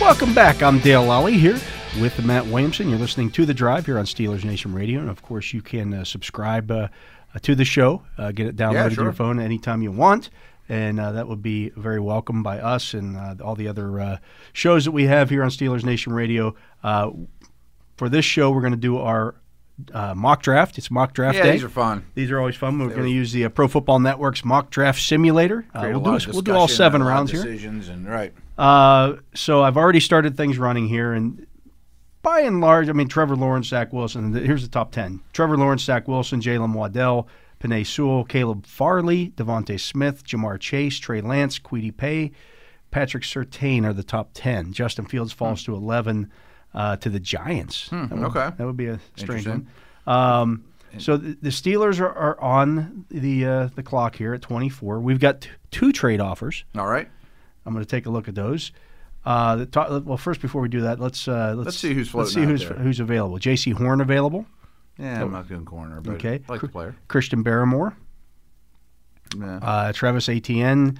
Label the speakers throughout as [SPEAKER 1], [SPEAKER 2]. [SPEAKER 1] Welcome back. I'm Dale Lally here with Matt Williamson. You're listening to The Drive here on Steelers Nation Radio. And of course, you can uh, subscribe uh, uh, to the show, uh, get it downloaded to
[SPEAKER 2] sure.
[SPEAKER 1] your phone anytime you want. And uh, that would be very welcome by us and uh, all the other uh, shows that we have here on Steelers Nation Radio. Uh, for this show, we're going to do our uh, mock draft. It's mock draft
[SPEAKER 2] Yeah,
[SPEAKER 1] day.
[SPEAKER 2] these are fun.
[SPEAKER 1] These are always fun. We're going to use the uh, Pro Football Network's mock draft simulator. Uh,
[SPEAKER 2] Create a
[SPEAKER 1] we'll,
[SPEAKER 2] lot
[SPEAKER 1] do,
[SPEAKER 2] of
[SPEAKER 1] s- we'll do all
[SPEAKER 2] discussion,
[SPEAKER 1] seven
[SPEAKER 2] a lot of
[SPEAKER 1] rounds here.
[SPEAKER 2] Decisions and right.
[SPEAKER 1] Uh, so I've already started things running here, and by and large, I mean Trevor Lawrence, Zach Wilson. th- Here's the top ten: Trevor Lawrence, Zach Wilson, Jalen Waddell, Panay Sewell, Caleb Farley, Devontae Smith, Jamar Chase, Trey Lance, Quiddy Pay, Patrick Sertain are the top ten. Justin Fields
[SPEAKER 2] Hmm.
[SPEAKER 1] falls to eleven uh, to the Giants. That would-
[SPEAKER 2] okay.
[SPEAKER 1] that would be a strange one.
[SPEAKER 2] Interesting.
[SPEAKER 1] Um, so the, the Steelers are, are on the uh, the clock here at 24. We've got t- two trade offers.
[SPEAKER 2] All right.
[SPEAKER 1] I'm going to take a look at those. Uh, the top, well, first before we do that, let's uh, let's,
[SPEAKER 2] Let's see who's
[SPEAKER 1] let's
[SPEAKER 2] floating
[SPEAKER 1] see
[SPEAKER 2] out
[SPEAKER 1] who's
[SPEAKER 2] there.
[SPEAKER 1] who's available. J.C. Horn available.
[SPEAKER 2] Yeah, I'm not going corner, but
[SPEAKER 1] Oh. Okay,
[SPEAKER 2] I like
[SPEAKER 1] Cr-
[SPEAKER 2] the player.
[SPEAKER 1] Christian Barrymore,
[SPEAKER 2] Yeah.
[SPEAKER 1] uh, Travis Etienne,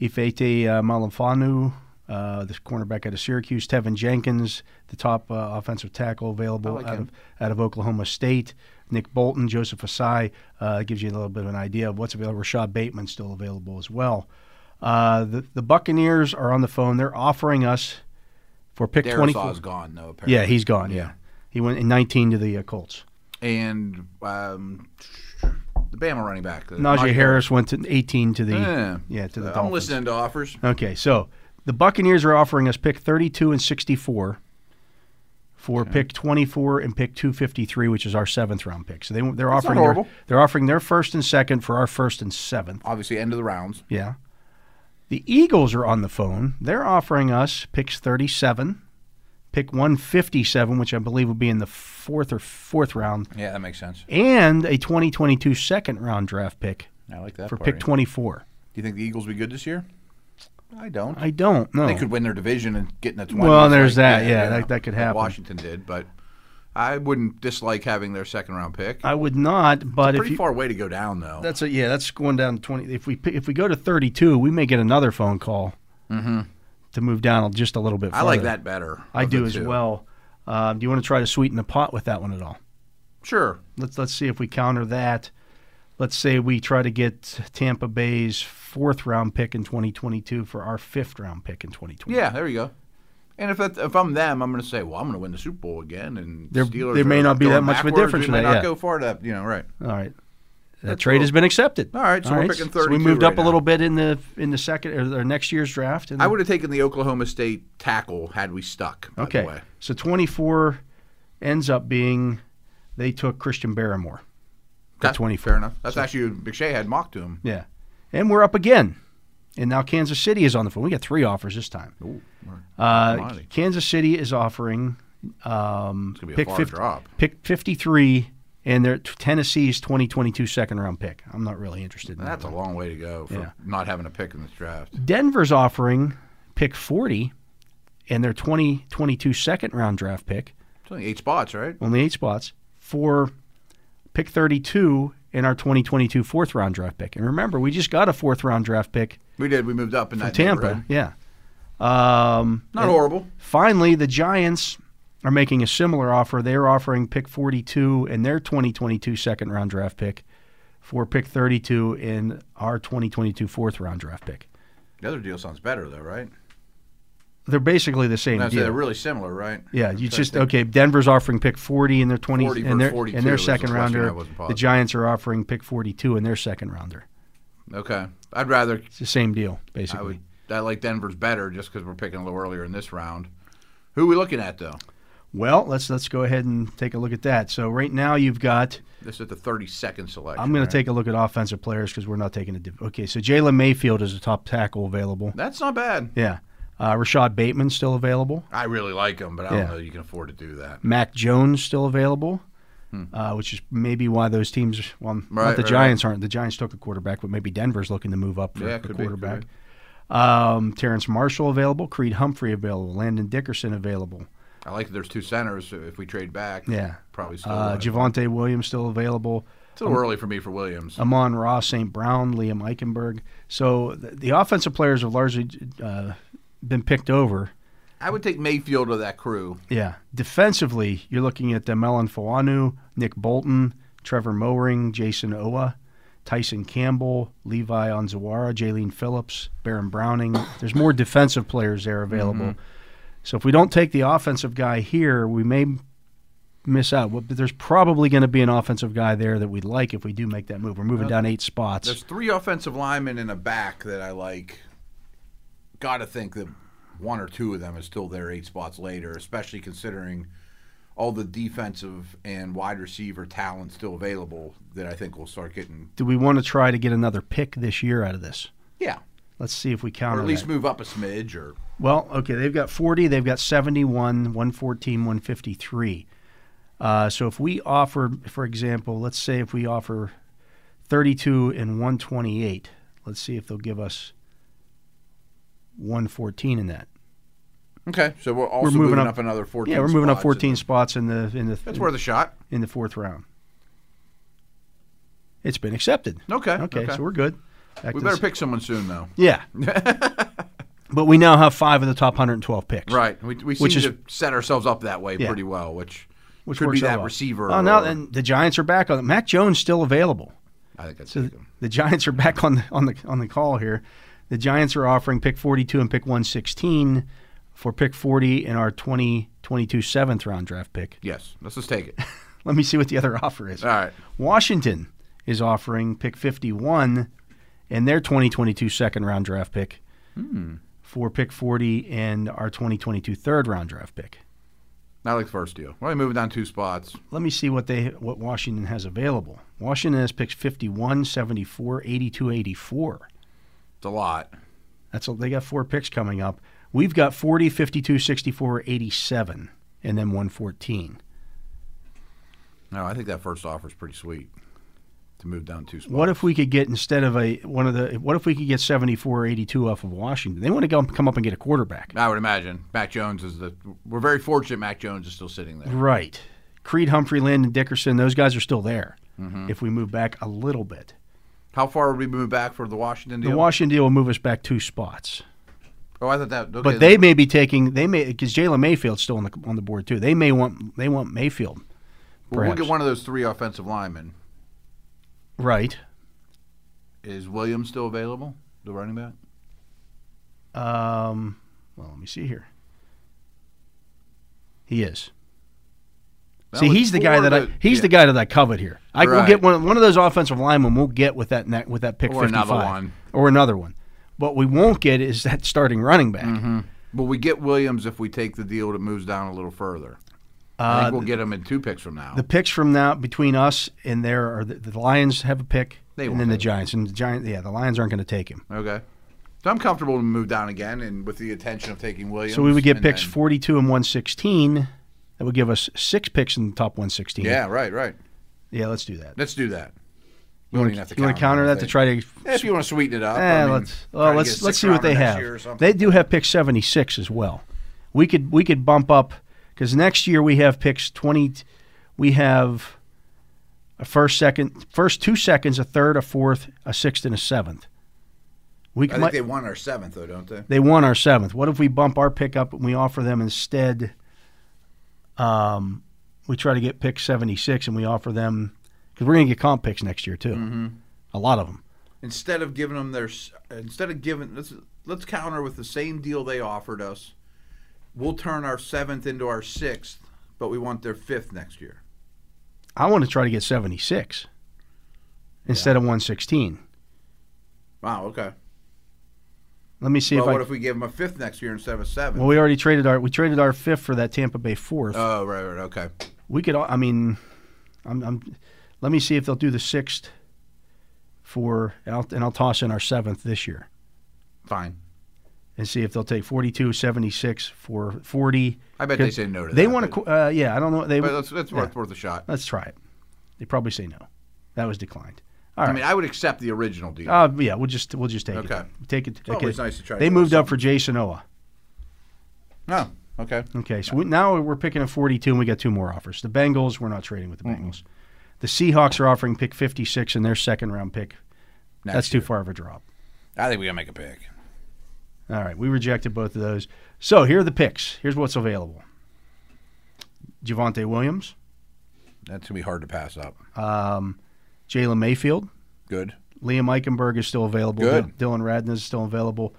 [SPEAKER 1] Ifete uh, Malafanu, uh, the cornerback out of Syracuse, Tevin Jenkins, the top uh, offensive tackle available
[SPEAKER 2] like
[SPEAKER 1] out
[SPEAKER 2] him.
[SPEAKER 1] of out of Oklahoma State. Nick Bolton, Joseph Asai uh, gives you a little bit of an idea of what's available. Rashad Bateman still available as well. Uh, the the Buccaneers are on the phone. They're offering us for pick
[SPEAKER 2] Darisaw
[SPEAKER 1] twenty
[SPEAKER 2] is gone though. Apparently.
[SPEAKER 1] Yeah, he's gone. Yeah, he went in 19 to the uh, Colts.
[SPEAKER 2] and um, the Bama running back, uh,
[SPEAKER 1] Najee
[SPEAKER 2] Najee
[SPEAKER 1] Harris went to 18 to the
[SPEAKER 2] Yeah.
[SPEAKER 1] yeah to the
[SPEAKER 2] I'm
[SPEAKER 1] Dolphins.
[SPEAKER 2] listening to offers.
[SPEAKER 1] Okay, so the Buccaneers are offering us pick 32 and 64 for pick 24 and pick 253, which is our seventh round pick. So they they're
[SPEAKER 2] That's not
[SPEAKER 1] offering their,
[SPEAKER 2] horrible.
[SPEAKER 1] they're offering their first and second for our first and seventh.
[SPEAKER 2] Obviously, end of the rounds.
[SPEAKER 1] Yeah. The Eagles are on the phone. They're offering us picks 37, pick 157, which I believe would be in the fourth or fourth round,
[SPEAKER 2] Yeah, that makes sense.
[SPEAKER 1] and a 2022 second round draft pick
[SPEAKER 2] I like that.
[SPEAKER 1] for
[SPEAKER 2] party.
[SPEAKER 1] pick 24.
[SPEAKER 2] Do you think the Eagles will be good this year? I don't.
[SPEAKER 1] I don't know.
[SPEAKER 2] they could win their division and get in the 20s.
[SPEAKER 1] Oh. Well, there's that. Yeah, that- that could
[SPEAKER 2] like
[SPEAKER 1] happen.
[SPEAKER 2] Washington did, but I wouldn't dislike having their second round pick.
[SPEAKER 1] I would not, but Uh, if
[SPEAKER 2] Pretty
[SPEAKER 1] you,
[SPEAKER 2] far way to go down though.
[SPEAKER 1] that's a, yeah, that's going down to 20. If we pick- if we go to 32, we may get another phone call to move down just a little bit.
[SPEAKER 2] Mm-hmm. I like
[SPEAKER 1] further.
[SPEAKER 2] that better.
[SPEAKER 1] I
[SPEAKER 2] of the
[SPEAKER 1] do as
[SPEAKER 2] two.
[SPEAKER 1] well. Uh, do you want to try to sweeten the pot with that one at all?
[SPEAKER 2] Sure.
[SPEAKER 1] Let's let's see if we counter that. Let's say we try to get Tampa Bay's fourth round pick in 2022 for our fifth round pick in 2020.
[SPEAKER 2] Yeah, there you go. And if that, if I'm them, I'm going to say, well, I'm going to win the Super Bowl again. And
[SPEAKER 1] There-
[SPEAKER 2] Steelers
[SPEAKER 1] there may
[SPEAKER 2] are
[SPEAKER 1] not be
[SPEAKER 2] going
[SPEAKER 1] that much of a
[SPEAKER 2] backwards.
[SPEAKER 1] difference
[SPEAKER 2] We
[SPEAKER 1] with
[SPEAKER 2] may
[SPEAKER 1] that,
[SPEAKER 2] not
[SPEAKER 1] yeah.
[SPEAKER 2] go far to you know right.
[SPEAKER 1] All right. That trade has been accepted.
[SPEAKER 2] All right, so we're picking
[SPEAKER 1] So we
[SPEAKER 2] 32
[SPEAKER 1] moved up
[SPEAKER 2] right
[SPEAKER 1] a
[SPEAKER 2] now.
[SPEAKER 1] little bit in the in the second or, or next year's draft. and-
[SPEAKER 2] I would have taken the Oklahoma State tackle had we stuck. By
[SPEAKER 1] Okay.
[SPEAKER 2] The way.
[SPEAKER 1] So 24 ends up being they took Christian Barrymore. Got
[SPEAKER 2] Okay,
[SPEAKER 1] 24.
[SPEAKER 2] Fair enough. That's actually McShay had mocked to him.
[SPEAKER 1] Yeah. And we're up again. And now Kansas City is on the phone. We got three offers this time.
[SPEAKER 2] Ooh, we're-
[SPEAKER 1] Uh,
[SPEAKER 2] Almighty.
[SPEAKER 1] Kansas City is offering um,
[SPEAKER 2] It's gonna be a
[SPEAKER 1] pick,
[SPEAKER 2] far drop.
[SPEAKER 1] pick 53 and their Tennessee's 2022 second round pick. I'm not really interested in
[SPEAKER 2] that's
[SPEAKER 1] that.
[SPEAKER 2] a long way to go for
[SPEAKER 1] Yeah.
[SPEAKER 2] not having a pick in this draft.
[SPEAKER 1] Denver's offering pick 40 and their 2022 second round draft pick.
[SPEAKER 2] It's only eight spots, right?
[SPEAKER 1] only eight spots for pick 32 in our 2022 fourth round draft pick. And remember, we just got a fourth round draft pick
[SPEAKER 2] We did. We moved up in
[SPEAKER 1] from
[SPEAKER 2] that
[SPEAKER 1] Tampa.
[SPEAKER 2] neighborhood.
[SPEAKER 1] Yeah. Um,
[SPEAKER 2] Not horrible.
[SPEAKER 1] finally, the Giants are making a similar offer. They're offering pick 42 in their 2022 second round draft pick for pick 32 in our 2022 fourth round draft pick.
[SPEAKER 2] The other deal sounds better though, right?
[SPEAKER 1] They're basically the same
[SPEAKER 2] And I'd say
[SPEAKER 1] deal.
[SPEAKER 2] they're really similar, right?
[SPEAKER 1] Yeah,
[SPEAKER 2] I'm
[SPEAKER 1] you
[SPEAKER 2] trying to
[SPEAKER 1] just
[SPEAKER 2] think.
[SPEAKER 1] okay. Denver's offering pick forty in their twenty
[SPEAKER 2] 40
[SPEAKER 1] in their
[SPEAKER 2] for 42
[SPEAKER 1] in their
[SPEAKER 2] is the
[SPEAKER 1] second
[SPEAKER 2] question I
[SPEAKER 1] rounder.
[SPEAKER 2] wasn't
[SPEAKER 1] The
[SPEAKER 2] positive.
[SPEAKER 1] Giants are offering pick forty two in their second rounder.
[SPEAKER 2] Okay, I'd rather
[SPEAKER 1] It's the same deal
[SPEAKER 2] I
[SPEAKER 1] basically.
[SPEAKER 2] would. I like Denver's better just because we're picking a little earlier in this round. Who are we looking at though?
[SPEAKER 1] Well, let's let's go ahead and take a look at that. So right now you've got.
[SPEAKER 2] This is the 32nd selection.
[SPEAKER 1] I'm going
[SPEAKER 2] right?
[SPEAKER 1] to take a look at offensive players because we're not taking a. Div- okay, so Jalen Mayfield is a top tackle available.
[SPEAKER 2] That's not bad.
[SPEAKER 1] Yeah, uh, Rashad Bateman still available.
[SPEAKER 2] I really like him, but I
[SPEAKER 1] Yeah.
[SPEAKER 2] don't know you can afford to do that.
[SPEAKER 1] Mac Jones still available, uh, which is maybe why those teams. Well,
[SPEAKER 2] Hmm. Right,
[SPEAKER 1] not the
[SPEAKER 2] right,
[SPEAKER 1] Giants aren't. The Giants took a quarterback, but maybe Denver's looking to move up for
[SPEAKER 2] Yeah,
[SPEAKER 1] a
[SPEAKER 2] could be, could
[SPEAKER 1] quarterback. Um, Terrence Marshall available, Creed Humphrey available, Landon Dickerson available,
[SPEAKER 2] I like that there's two centers. so If we trade back,
[SPEAKER 1] Yeah.
[SPEAKER 2] probably still.
[SPEAKER 1] uh,
[SPEAKER 2] alive.
[SPEAKER 1] Javante Williams still available,
[SPEAKER 2] it's a little early for me for Williams.
[SPEAKER 1] Amon Ross, St. Brown, Liam Eichenberg. So the, the offensive players have largely uh, been picked over.
[SPEAKER 2] I would take Mayfield of that crew.
[SPEAKER 1] Yeah. Defensively, you're looking at Demelon Fawanu, Nick Bolton, Trevor Mowring, Jason Owa, Tyson Campbell, Levi Onzawara, Jaleen Phillips, Baron Browning. There's more defensive players there available.
[SPEAKER 2] Mm-hmm.
[SPEAKER 1] So if we don't take the offensive guy here, we may miss out. Well, But there's probably going to be an offensive guy there that we'd like if we do make that move. We're moving down eight spots.
[SPEAKER 2] There's three offensive linemen in a back that I like. Got to think that one or two of them is still there eight spots later, especially considering all the defensive and wide receiver talent still available that I think will start getting.
[SPEAKER 1] do we want to try to get another pick this year out of this?
[SPEAKER 2] Yeah.
[SPEAKER 1] Let's see if we count.
[SPEAKER 2] Or at
[SPEAKER 1] on
[SPEAKER 2] least
[SPEAKER 1] that.
[SPEAKER 2] move up a smidge or.
[SPEAKER 1] Well, okay, they've got 40, they've got 71, 114, 153. Uh, so if we offer, for example, let's say if we offer 32 and 128, let's see if they'll give us 114 in that.
[SPEAKER 2] Okay. So we're also
[SPEAKER 1] We're moving
[SPEAKER 2] moving,
[SPEAKER 1] up-
[SPEAKER 2] up, another 14
[SPEAKER 1] yeah, we're moving up
[SPEAKER 2] spots, and
[SPEAKER 1] 14 spots in the in the
[SPEAKER 2] That's worth a shot.
[SPEAKER 1] in the fourth round. It's been accepted.
[SPEAKER 2] Okay.
[SPEAKER 1] Okay, so we're good. Back
[SPEAKER 2] we
[SPEAKER 1] to
[SPEAKER 2] better
[SPEAKER 1] this-
[SPEAKER 2] pick someone soon, though.
[SPEAKER 1] Yeah. but we now have five of the top 112 picks.
[SPEAKER 2] Right. We, we seem
[SPEAKER 1] Which is-
[SPEAKER 2] to set ourselves up that way
[SPEAKER 1] Yeah.
[SPEAKER 2] pretty well, which,
[SPEAKER 1] Which
[SPEAKER 2] could
[SPEAKER 1] works
[SPEAKER 2] be
[SPEAKER 1] out
[SPEAKER 2] that
[SPEAKER 1] well.
[SPEAKER 2] receiver.
[SPEAKER 1] Oh, now
[SPEAKER 2] or-
[SPEAKER 1] and the Giants are back on. Mac Jones still available.
[SPEAKER 2] I think that's
[SPEAKER 1] So the Giants are back on the on the on the call here. The Giants are offering pick 42 and pick 116 for pick 40 in our 2022 seventh round draft pick.
[SPEAKER 2] Yes. Let's just take it.
[SPEAKER 1] Let me see what the other offer is.
[SPEAKER 2] All right.
[SPEAKER 1] Washington is offering pick 51 and their 2022 second round draft pick
[SPEAKER 2] Hmm.
[SPEAKER 1] for pick 40 and our 2022 third round draft pick.
[SPEAKER 2] Not like the first deal. We're only moving down two spots.
[SPEAKER 1] let me see what they what Washington has available. Washington has picks 51, 74, 82, 84.
[SPEAKER 2] It's a lot.
[SPEAKER 1] That's a, they got four picks coming up. We've got 40, 52, 64, 87 and then 114.
[SPEAKER 2] No, I think that first offer is pretty sweet to move down two spots.
[SPEAKER 1] What if we could get instead of a one of the what if we could get 74 or 82 off of Washington? They want to go, come up and get a quarterback.
[SPEAKER 2] I would imagine Mac Jones is the. We're very fortunate Mac Jones is still sitting there.
[SPEAKER 1] Right. Creed Humphrey, Landon Dickerson, those guys are still there. If we move back a little bit.
[SPEAKER 2] How far would we move back for the Washington
[SPEAKER 1] The
[SPEAKER 2] deal?
[SPEAKER 1] Washington deal will move us back two spots.
[SPEAKER 2] oh, I thought that. Okay,
[SPEAKER 1] But they may be taking they may because Jalen Mayfield's still on the on the board too. They may want they want Mayfield,
[SPEAKER 2] well, we'll get
[SPEAKER 1] perhaps.
[SPEAKER 2] one of those three offensive linemen.
[SPEAKER 1] right?
[SPEAKER 2] Is Williams still available? The running back.
[SPEAKER 1] Um, well, let me see here. He is.
[SPEAKER 2] That
[SPEAKER 1] see,
[SPEAKER 2] was
[SPEAKER 1] he's the guy
[SPEAKER 2] four
[SPEAKER 1] that I,
[SPEAKER 2] that-
[SPEAKER 1] he's
[SPEAKER 2] yeah.
[SPEAKER 1] the guy that I covet here. I will
[SPEAKER 2] Right.
[SPEAKER 1] get one one of those offensive linemen. We'll get with that ne- with that pick
[SPEAKER 2] Or another
[SPEAKER 1] 55.
[SPEAKER 2] one.
[SPEAKER 1] or another one. What we won't get is that starting running back.
[SPEAKER 2] But we get Williams if we take the deal that moves down a little further. I think we'll get him in two picks from now.
[SPEAKER 1] Uh, The picks from now between us and there are the, the Lions have a pick,
[SPEAKER 2] They
[SPEAKER 1] and
[SPEAKER 2] won't
[SPEAKER 1] then the
[SPEAKER 2] take him.
[SPEAKER 1] Giants and the Giants. Yeah, the Lions aren't going to take him.
[SPEAKER 2] okay. So I'm comfortable to move down again, and with the intention of taking Williams.
[SPEAKER 1] So we would get
[SPEAKER 2] and
[SPEAKER 1] picks
[SPEAKER 2] then-
[SPEAKER 1] 42 and 116. That would give us six picks in the top 116.
[SPEAKER 2] Yeah, right, right.
[SPEAKER 1] Yeah, let's do that.
[SPEAKER 2] Let's do that. We don't even have to
[SPEAKER 1] you want to counter that to try to.
[SPEAKER 2] If you want to sweeten it up,
[SPEAKER 1] Eh,
[SPEAKER 2] I mean,
[SPEAKER 1] let's
[SPEAKER 2] try
[SPEAKER 1] well,
[SPEAKER 2] to
[SPEAKER 1] let's
[SPEAKER 2] get a
[SPEAKER 1] let's see what
[SPEAKER 2] six-rounder
[SPEAKER 1] they
[SPEAKER 2] next year or
[SPEAKER 1] have.
[SPEAKER 2] something.
[SPEAKER 1] They do have pick 76 as well. We could we could bump up because next year we have picks 20. We have a first, second, first two seconds, a third, a fourth, a sixth, and a seventh. We
[SPEAKER 2] I
[SPEAKER 1] could
[SPEAKER 2] think they won our seventh, though, don't they?
[SPEAKER 1] they won our seventh. What if we bump our pick up and we offer them instead? Um, we try to get pick seventy six and we offer them because we're going to get comp picks next year too,
[SPEAKER 2] Mm-hmm.
[SPEAKER 1] a lot of them.
[SPEAKER 2] Instead of giving them their, s- instead of giving, let's let's counter with the same deal they offered us. We'll turn our seventh into our sixth, but we want their fifth next year.
[SPEAKER 1] I want to try to get seventy six instead of one sixteen.
[SPEAKER 2] Wow. Okay.
[SPEAKER 1] Let me see
[SPEAKER 2] But
[SPEAKER 1] if I.
[SPEAKER 2] what if we give him a fifth next year instead of a seventh?
[SPEAKER 1] well, we already traded our we traded our fifth for that Tampa Bay fourth.
[SPEAKER 2] oh, right, right, okay.
[SPEAKER 1] we could. al- I mean, I'm, I'm. Let me see if they'll do the sixth for and I'll, and I'll toss in our seventh this year
[SPEAKER 2] Fine.
[SPEAKER 1] and see if they'll take 42, 76 for 40.
[SPEAKER 2] I bet they say no to
[SPEAKER 1] They
[SPEAKER 2] that,
[SPEAKER 1] want
[SPEAKER 2] but-
[SPEAKER 1] to. Uh, yeah, I don't know. They.
[SPEAKER 2] But that's, that's worth,
[SPEAKER 1] yeah.
[SPEAKER 2] worth a shot.
[SPEAKER 1] Let's try it. They probably say no. That was declined. All right.
[SPEAKER 2] I mean, I would accept the original deal.
[SPEAKER 1] Uh, yeah, we'll just we'll just take
[SPEAKER 2] Okay.
[SPEAKER 1] it. Take it.
[SPEAKER 2] always
[SPEAKER 1] okay.
[SPEAKER 2] nice to try
[SPEAKER 1] They
[SPEAKER 2] to
[SPEAKER 1] moved
[SPEAKER 2] do
[SPEAKER 1] up for Jason Oa.
[SPEAKER 2] no, okay.
[SPEAKER 1] Okay, so we, now we're picking a 42, and we got two more offers. The Bengals, we're not trading with the Bengals. The Seahawks are offering pick 56 in their second round pick.
[SPEAKER 2] Next
[SPEAKER 1] That's
[SPEAKER 2] year.
[SPEAKER 1] too far of a drop.
[SPEAKER 2] I think we gotta make a pick.
[SPEAKER 1] All right, we rejected both of those. So here are the picks. Here's what's available: Javante Williams,
[SPEAKER 2] That's gonna be hard to pass up.
[SPEAKER 1] um, Jalen Mayfield,
[SPEAKER 2] Good.
[SPEAKER 1] Liam Eichenberg is still available.
[SPEAKER 2] Good.
[SPEAKER 1] Dylan Radna is still available.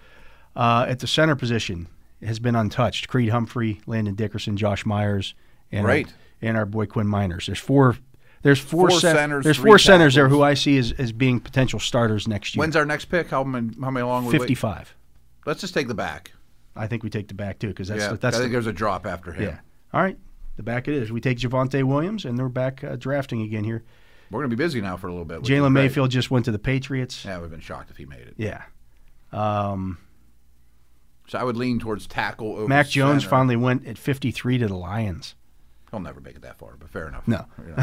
[SPEAKER 1] Uh, at the center position has been untouched. Creed Humphrey, Landon Dickerson, Josh Myers, and
[SPEAKER 2] Right.
[SPEAKER 1] our, and our boy Quinn Miners. There's four. There's four,
[SPEAKER 2] Four
[SPEAKER 1] cen-
[SPEAKER 2] centers,
[SPEAKER 1] There's
[SPEAKER 2] three
[SPEAKER 1] four centers there
[SPEAKER 2] tackles.
[SPEAKER 1] who I see as, as being potential starters next year.
[SPEAKER 2] When's our next pick? How many? How many long? we wait?
[SPEAKER 1] Fifty-five.
[SPEAKER 2] Let's just take the back.
[SPEAKER 1] I think we take the back too because that's
[SPEAKER 2] yeah,
[SPEAKER 1] the, that's
[SPEAKER 2] I
[SPEAKER 1] the-
[SPEAKER 2] think there's a drop after him.
[SPEAKER 1] yeah. All right, the back it is. We take Javante Williams, and they're back uh, drafting again here.
[SPEAKER 2] We're gonna be busy now for a little bit. which is
[SPEAKER 1] Jalen
[SPEAKER 2] great.
[SPEAKER 1] Mayfield just went to the Patriots.
[SPEAKER 2] Yeah, we've been shocked if he made it.
[SPEAKER 1] Yeah. Um,
[SPEAKER 2] So I would lean towards tackle over.
[SPEAKER 1] Mac Jones
[SPEAKER 2] center.
[SPEAKER 1] finally went at 53 to the Lions.
[SPEAKER 2] He'll never make it that far, but fair enough.
[SPEAKER 1] No.
[SPEAKER 2] You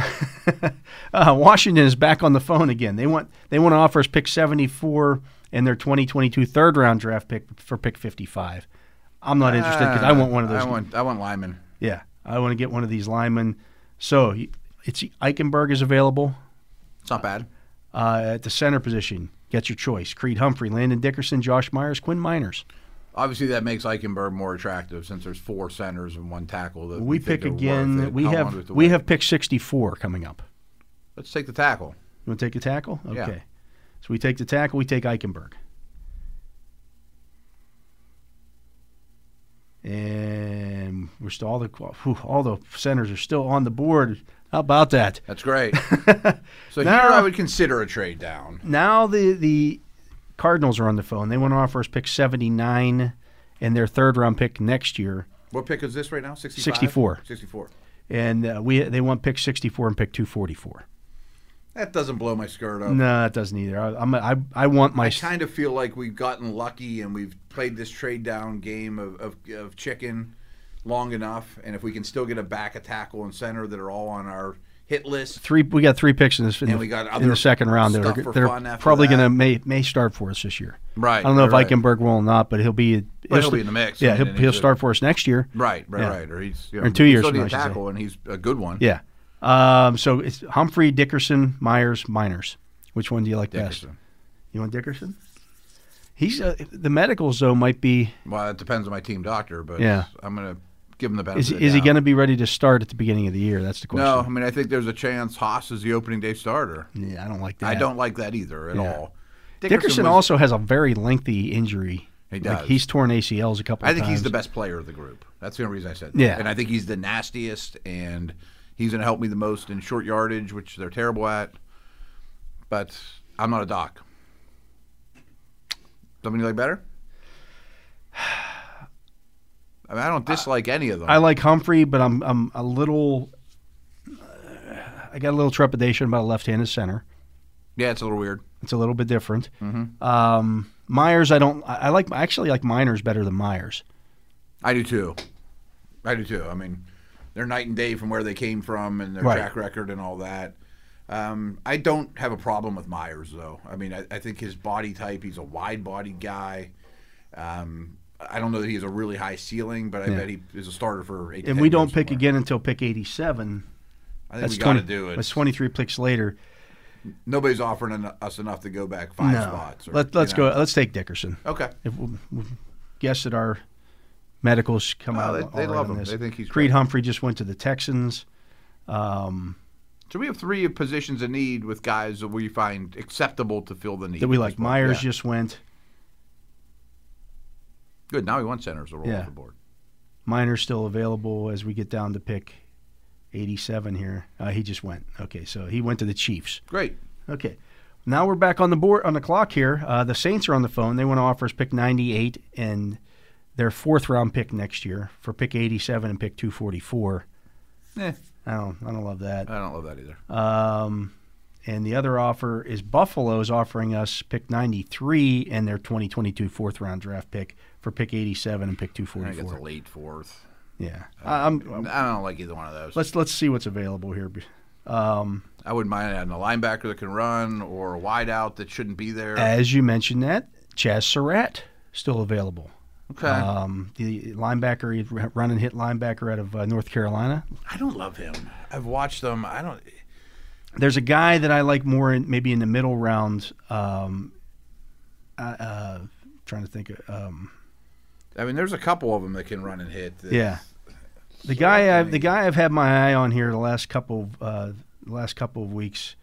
[SPEAKER 2] know.
[SPEAKER 1] Uh, Washington is back on the phone again. They want they want to offer us pick 74 and their 2022 third round draft pick for pick 55. I'm not interested because I want one of those.
[SPEAKER 2] Ah, I want. I want Lyman.
[SPEAKER 1] yeah, I want to get one of these linemen. So y- it's Eichenberg is available
[SPEAKER 2] It's not bad.
[SPEAKER 1] uh, at the center position. Get your choice: Creed Humphrey, Landon Dickerson, Josh Myers, Quinn Miners.
[SPEAKER 2] Obviously, that makes Eichenberg more attractive since there's four centers and one tackle. That
[SPEAKER 1] We
[SPEAKER 2] think
[SPEAKER 1] pick
[SPEAKER 2] are worth it.
[SPEAKER 1] again. We
[SPEAKER 2] How long do
[SPEAKER 1] have
[SPEAKER 2] to
[SPEAKER 1] we
[SPEAKER 2] wait?
[SPEAKER 1] have pick 64 coming up.
[SPEAKER 2] Let's take the tackle.
[SPEAKER 1] You want to take the tackle? Okay.
[SPEAKER 2] Yeah.
[SPEAKER 1] So we take the tackle. We take Eichenberg. And we're still all the whew, all the centers are still on the board. How about that?
[SPEAKER 2] That's great. so
[SPEAKER 1] Now-
[SPEAKER 2] here I would consider a trade down.
[SPEAKER 1] Now the the Cardinals are on the phone. They want to offer us pick seventy nine and their third round pick next year,
[SPEAKER 2] What pick is this right now? 65?
[SPEAKER 1] 64.
[SPEAKER 2] 64.
[SPEAKER 1] and uh, we they want pick sixty four and pick two forty four.
[SPEAKER 2] That doesn't blow my skirt up.
[SPEAKER 1] No, it doesn't either. I, I'm a, I I want my
[SPEAKER 2] Oh. I kind of feel like we've gotten lucky and we've played this trade down game of, of, of chicken long enough. And if we can still get a back, a tackle, and center that are all on our hit list,
[SPEAKER 1] three. We got three picks in, this, in,
[SPEAKER 2] And
[SPEAKER 1] the,
[SPEAKER 2] we got
[SPEAKER 1] in
[SPEAKER 2] other
[SPEAKER 1] the second round. That
[SPEAKER 2] stuff
[SPEAKER 1] are,
[SPEAKER 2] for
[SPEAKER 1] they're
[SPEAKER 2] fun after
[SPEAKER 1] probably
[SPEAKER 2] that.
[SPEAKER 1] going to may may start for us this year.
[SPEAKER 2] Right,
[SPEAKER 1] I don't know
[SPEAKER 2] right,
[SPEAKER 1] if Eichenberg will or not, but he'll be
[SPEAKER 2] Well, he'll be in the mix.
[SPEAKER 1] Yeah,
[SPEAKER 2] I mean,
[SPEAKER 1] he'll,
[SPEAKER 2] and
[SPEAKER 1] he'll
[SPEAKER 2] he's a-
[SPEAKER 1] start for us next year.
[SPEAKER 2] right, right,
[SPEAKER 1] Yeah.
[SPEAKER 2] right. Or he's you
[SPEAKER 1] Or in two
[SPEAKER 2] we
[SPEAKER 1] years
[SPEAKER 2] still
[SPEAKER 1] from
[SPEAKER 2] need
[SPEAKER 1] now,
[SPEAKER 2] a
[SPEAKER 1] I should
[SPEAKER 2] tackle, and he's a good one.
[SPEAKER 1] Yeah. Um, so it's Humphrey, Dickerson, Myers, Miners. Which one do you like best?
[SPEAKER 2] Dickerson.
[SPEAKER 1] You want Dickerson? He's uh, the medicals though might be.
[SPEAKER 2] Well, it depends on my team doctor, but
[SPEAKER 1] Yeah.
[SPEAKER 2] I'm gonna give him the benefit.
[SPEAKER 1] Is
[SPEAKER 2] of the
[SPEAKER 1] is he
[SPEAKER 2] doubt.
[SPEAKER 1] going to be ready to start at the beginning of the year? That's the question.
[SPEAKER 2] No, I mean I think there's a chance Haas is the opening day starter.
[SPEAKER 1] Yeah, I don't like that.
[SPEAKER 2] I don't like that either at
[SPEAKER 1] Yeah.
[SPEAKER 2] all.
[SPEAKER 1] Dickerson,
[SPEAKER 2] was-
[SPEAKER 1] also has a very lengthy injury.
[SPEAKER 2] He
[SPEAKER 1] Like
[SPEAKER 2] does.
[SPEAKER 1] he's torn ACLs a couple.
[SPEAKER 2] I
[SPEAKER 1] of
[SPEAKER 2] think he's the
[SPEAKER 1] times.
[SPEAKER 2] best player of the group. That's the only reason I said that.
[SPEAKER 1] Yeah.
[SPEAKER 2] And I think he's the nastiest, and he's going to help me the most in short yardage, which they're terrible at. But I'm not a doc. Something you like better? I mean, I don't dislike any of them.
[SPEAKER 1] I like Humphrey, but I'm I'm a little. uh, I got a little trepidation about a left-handed center.
[SPEAKER 2] yeah, it's a little weird.
[SPEAKER 1] It's a little bit different.
[SPEAKER 2] Mm-hmm.
[SPEAKER 1] Um, Myers, I don't. I I like. I actually like Miners better than Myers.
[SPEAKER 2] I do too. I do too. I mean, they're night and day from where they came from and their
[SPEAKER 1] Right.
[SPEAKER 2] track record and all that. Um, I don't have a problem with Myers though. I mean, I, I think his body type. He's a wide-bodied guy. Um, I don't know that he has a really high ceiling, but I bet he is a starter for. Eight to
[SPEAKER 1] And
[SPEAKER 2] 10
[SPEAKER 1] we
[SPEAKER 2] years
[SPEAKER 1] don't pick
[SPEAKER 2] somewhere.
[SPEAKER 1] again until pick 87.
[SPEAKER 2] I think
[SPEAKER 1] That's
[SPEAKER 2] we got to
[SPEAKER 1] 20.
[SPEAKER 2] do it.
[SPEAKER 1] That's 23 picks later.
[SPEAKER 2] Nobody's offering en- us enough to go back five
[SPEAKER 1] no,
[SPEAKER 2] spots. or,
[SPEAKER 1] Let,
[SPEAKER 2] you
[SPEAKER 1] let's
[SPEAKER 2] know.
[SPEAKER 1] go. Let's take Dickerson.
[SPEAKER 2] Okay.
[SPEAKER 1] If we'll, we'll guess that our medicals come
[SPEAKER 2] No,
[SPEAKER 1] out.
[SPEAKER 2] they-
[SPEAKER 1] all
[SPEAKER 2] they
[SPEAKER 1] right
[SPEAKER 2] love
[SPEAKER 1] on
[SPEAKER 2] him.
[SPEAKER 1] this.
[SPEAKER 2] They think he's
[SPEAKER 1] Creed
[SPEAKER 2] great.
[SPEAKER 1] Humphrey just went to the Texans. Um,
[SPEAKER 2] So we have three positions in need with guys that we find acceptable to fill the need.
[SPEAKER 1] That we
[SPEAKER 2] at
[SPEAKER 1] like.
[SPEAKER 2] this point.
[SPEAKER 1] Myers
[SPEAKER 2] Yeah.
[SPEAKER 1] just went.
[SPEAKER 2] good. Now we want centers to roll
[SPEAKER 1] Yeah.
[SPEAKER 2] off the board.
[SPEAKER 1] Miner's still available as we get down to pick 87 here. Uh, he just went. Okay, so he went to the Chiefs.
[SPEAKER 2] Great.
[SPEAKER 1] Okay. Now we're back on the board on the clock here. Uh, the Saints are on the phone. They want to offer us pick 98 and their fourth round pick next year for pick 87 and pick 244.
[SPEAKER 2] Eh,
[SPEAKER 1] I don't, I don't love that.
[SPEAKER 2] I don't love that either.
[SPEAKER 1] Um, and the other offer is Buffalo's offering us pick 93 and their 2022 fourth round draft pick for pick 87 and pick
[SPEAKER 2] I think it's a
[SPEAKER 1] 244.
[SPEAKER 2] late fourth.
[SPEAKER 1] Yeah, I- I'm.
[SPEAKER 2] I don't like either one of those.
[SPEAKER 1] Um, Let's let's see what's available here.
[SPEAKER 2] I wouldn't mind having a linebacker that can run or a wideout that shouldn't be there.
[SPEAKER 1] As you mentioned that, Chaz Surratt still available.
[SPEAKER 2] okay.
[SPEAKER 1] Um, the linebacker, he's r- run and hit linebacker out of uh, North Carolina.
[SPEAKER 2] I don't love him. I've watched them. I don't.
[SPEAKER 1] There's a guy that I like more, in, maybe in the middle round. Um, uh, uh, trying to think. of, Um,
[SPEAKER 2] I mean, there's a couple of them that can run and hit. that-
[SPEAKER 1] yeah, the guy I've the guy I've had my eye on here the last couple of, uh, the last couple of weeks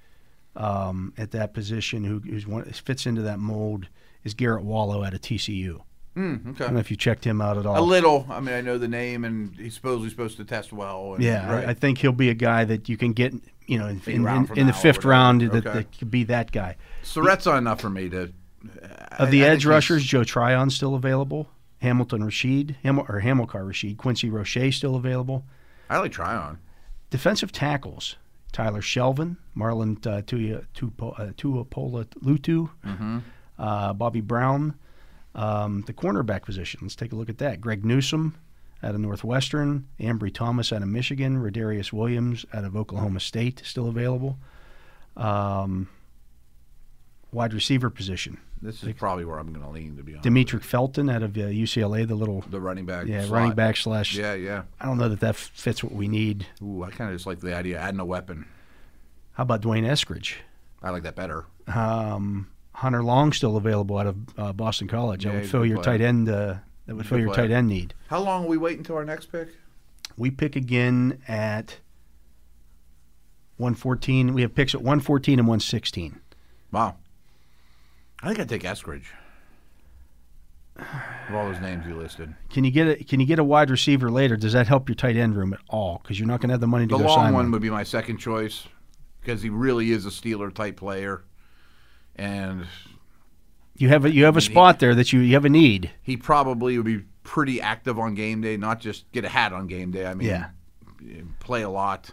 [SPEAKER 1] um, at that position, who who's one, fits into that mold, is Garrett Wallow out of TCU. I
[SPEAKER 2] Mm,
[SPEAKER 1] don't know
[SPEAKER 2] okay.
[SPEAKER 1] if you checked him out at all.
[SPEAKER 2] A little. I mean, I know the name, and he's supposedly supposed to test well. And,
[SPEAKER 1] Yeah, I-
[SPEAKER 2] Right.
[SPEAKER 1] I think he'll be a guy that you can get, you know, in, in,
[SPEAKER 2] round
[SPEAKER 1] in,
[SPEAKER 2] from
[SPEAKER 1] the
[SPEAKER 2] now or
[SPEAKER 1] fifth
[SPEAKER 2] whatever.
[SPEAKER 1] round that,
[SPEAKER 2] Okay.
[SPEAKER 1] that could be that guy.
[SPEAKER 2] so that's not enough for me to.
[SPEAKER 1] Of
[SPEAKER 2] I-
[SPEAKER 1] the
[SPEAKER 2] I think
[SPEAKER 1] edge
[SPEAKER 2] he's-
[SPEAKER 1] rushers, Joe Tryon still available. Hamilton Rashid, Ham- or Hamilcar Rashid, Quincy Roche still available.
[SPEAKER 2] I like Tryon.
[SPEAKER 1] Defensive tackles, Tyler Shelvin, Marlon uh, Tuia- Tupo- uh, Tuapola Lutu,
[SPEAKER 2] Mm-hmm.
[SPEAKER 1] uh, Bobby Brown. Um, the cornerback position, let's take a look at that. Greg Newsom out of Northwestern, Ambry Thomas out of Michigan, Rodarius Williams out of Oklahoma State still available. Um, wide receiver position,
[SPEAKER 2] This is probably where I'm going to lean, to be honest.
[SPEAKER 1] Dimitri Felton out of uh, UCLA, the little
[SPEAKER 2] the running back.
[SPEAKER 1] yeah,
[SPEAKER 2] slot.
[SPEAKER 1] running back slash.
[SPEAKER 2] Yeah, yeah.
[SPEAKER 1] I don't know that that fits what we need.
[SPEAKER 2] Ooh, I kind of just like the idea of adding a weapon.
[SPEAKER 1] How about Dwayne Eskridge?
[SPEAKER 2] I like that better.
[SPEAKER 1] um, Hunter Long still available out of uh, Boston College.
[SPEAKER 2] Yeah,
[SPEAKER 1] that would
[SPEAKER 2] he's a
[SPEAKER 1] fill
[SPEAKER 2] good
[SPEAKER 1] your
[SPEAKER 2] player.
[SPEAKER 1] tight end. Uh, that would fill
[SPEAKER 2] good
[SPEAKER 1] your
[SPEAKER 2] player.
[SPEAKER 1] tight end need.
[SPEAKER 2] How long are we waiting until our next pick?
[SPEAKER 1] We pick again at one fourteen. We have picks at one fourteen and one sixteen.
[SPEAKER 2] Wow. I think I'd take Eskridge. Of all those names you listed.
[SPEAKER 1] Can you get a Can you get a wide receiver later? Does that help your tight end room at all? Because you're not going to have the money to
[SPEAKER 2] The
[SPEAKER 1] go sign
[SPEAKER 2] long one would be my second choice because he really is a Steeler type player. And
[SPEAKER 1] You have a you have a spot there that you you have a need.
[SPEAKER 2] he probably would be pretty active on game day, not just get a hat on game day. I mean, eh,
[SPEAKER 1] Yeah.
[SPEAKER 2] play a lot.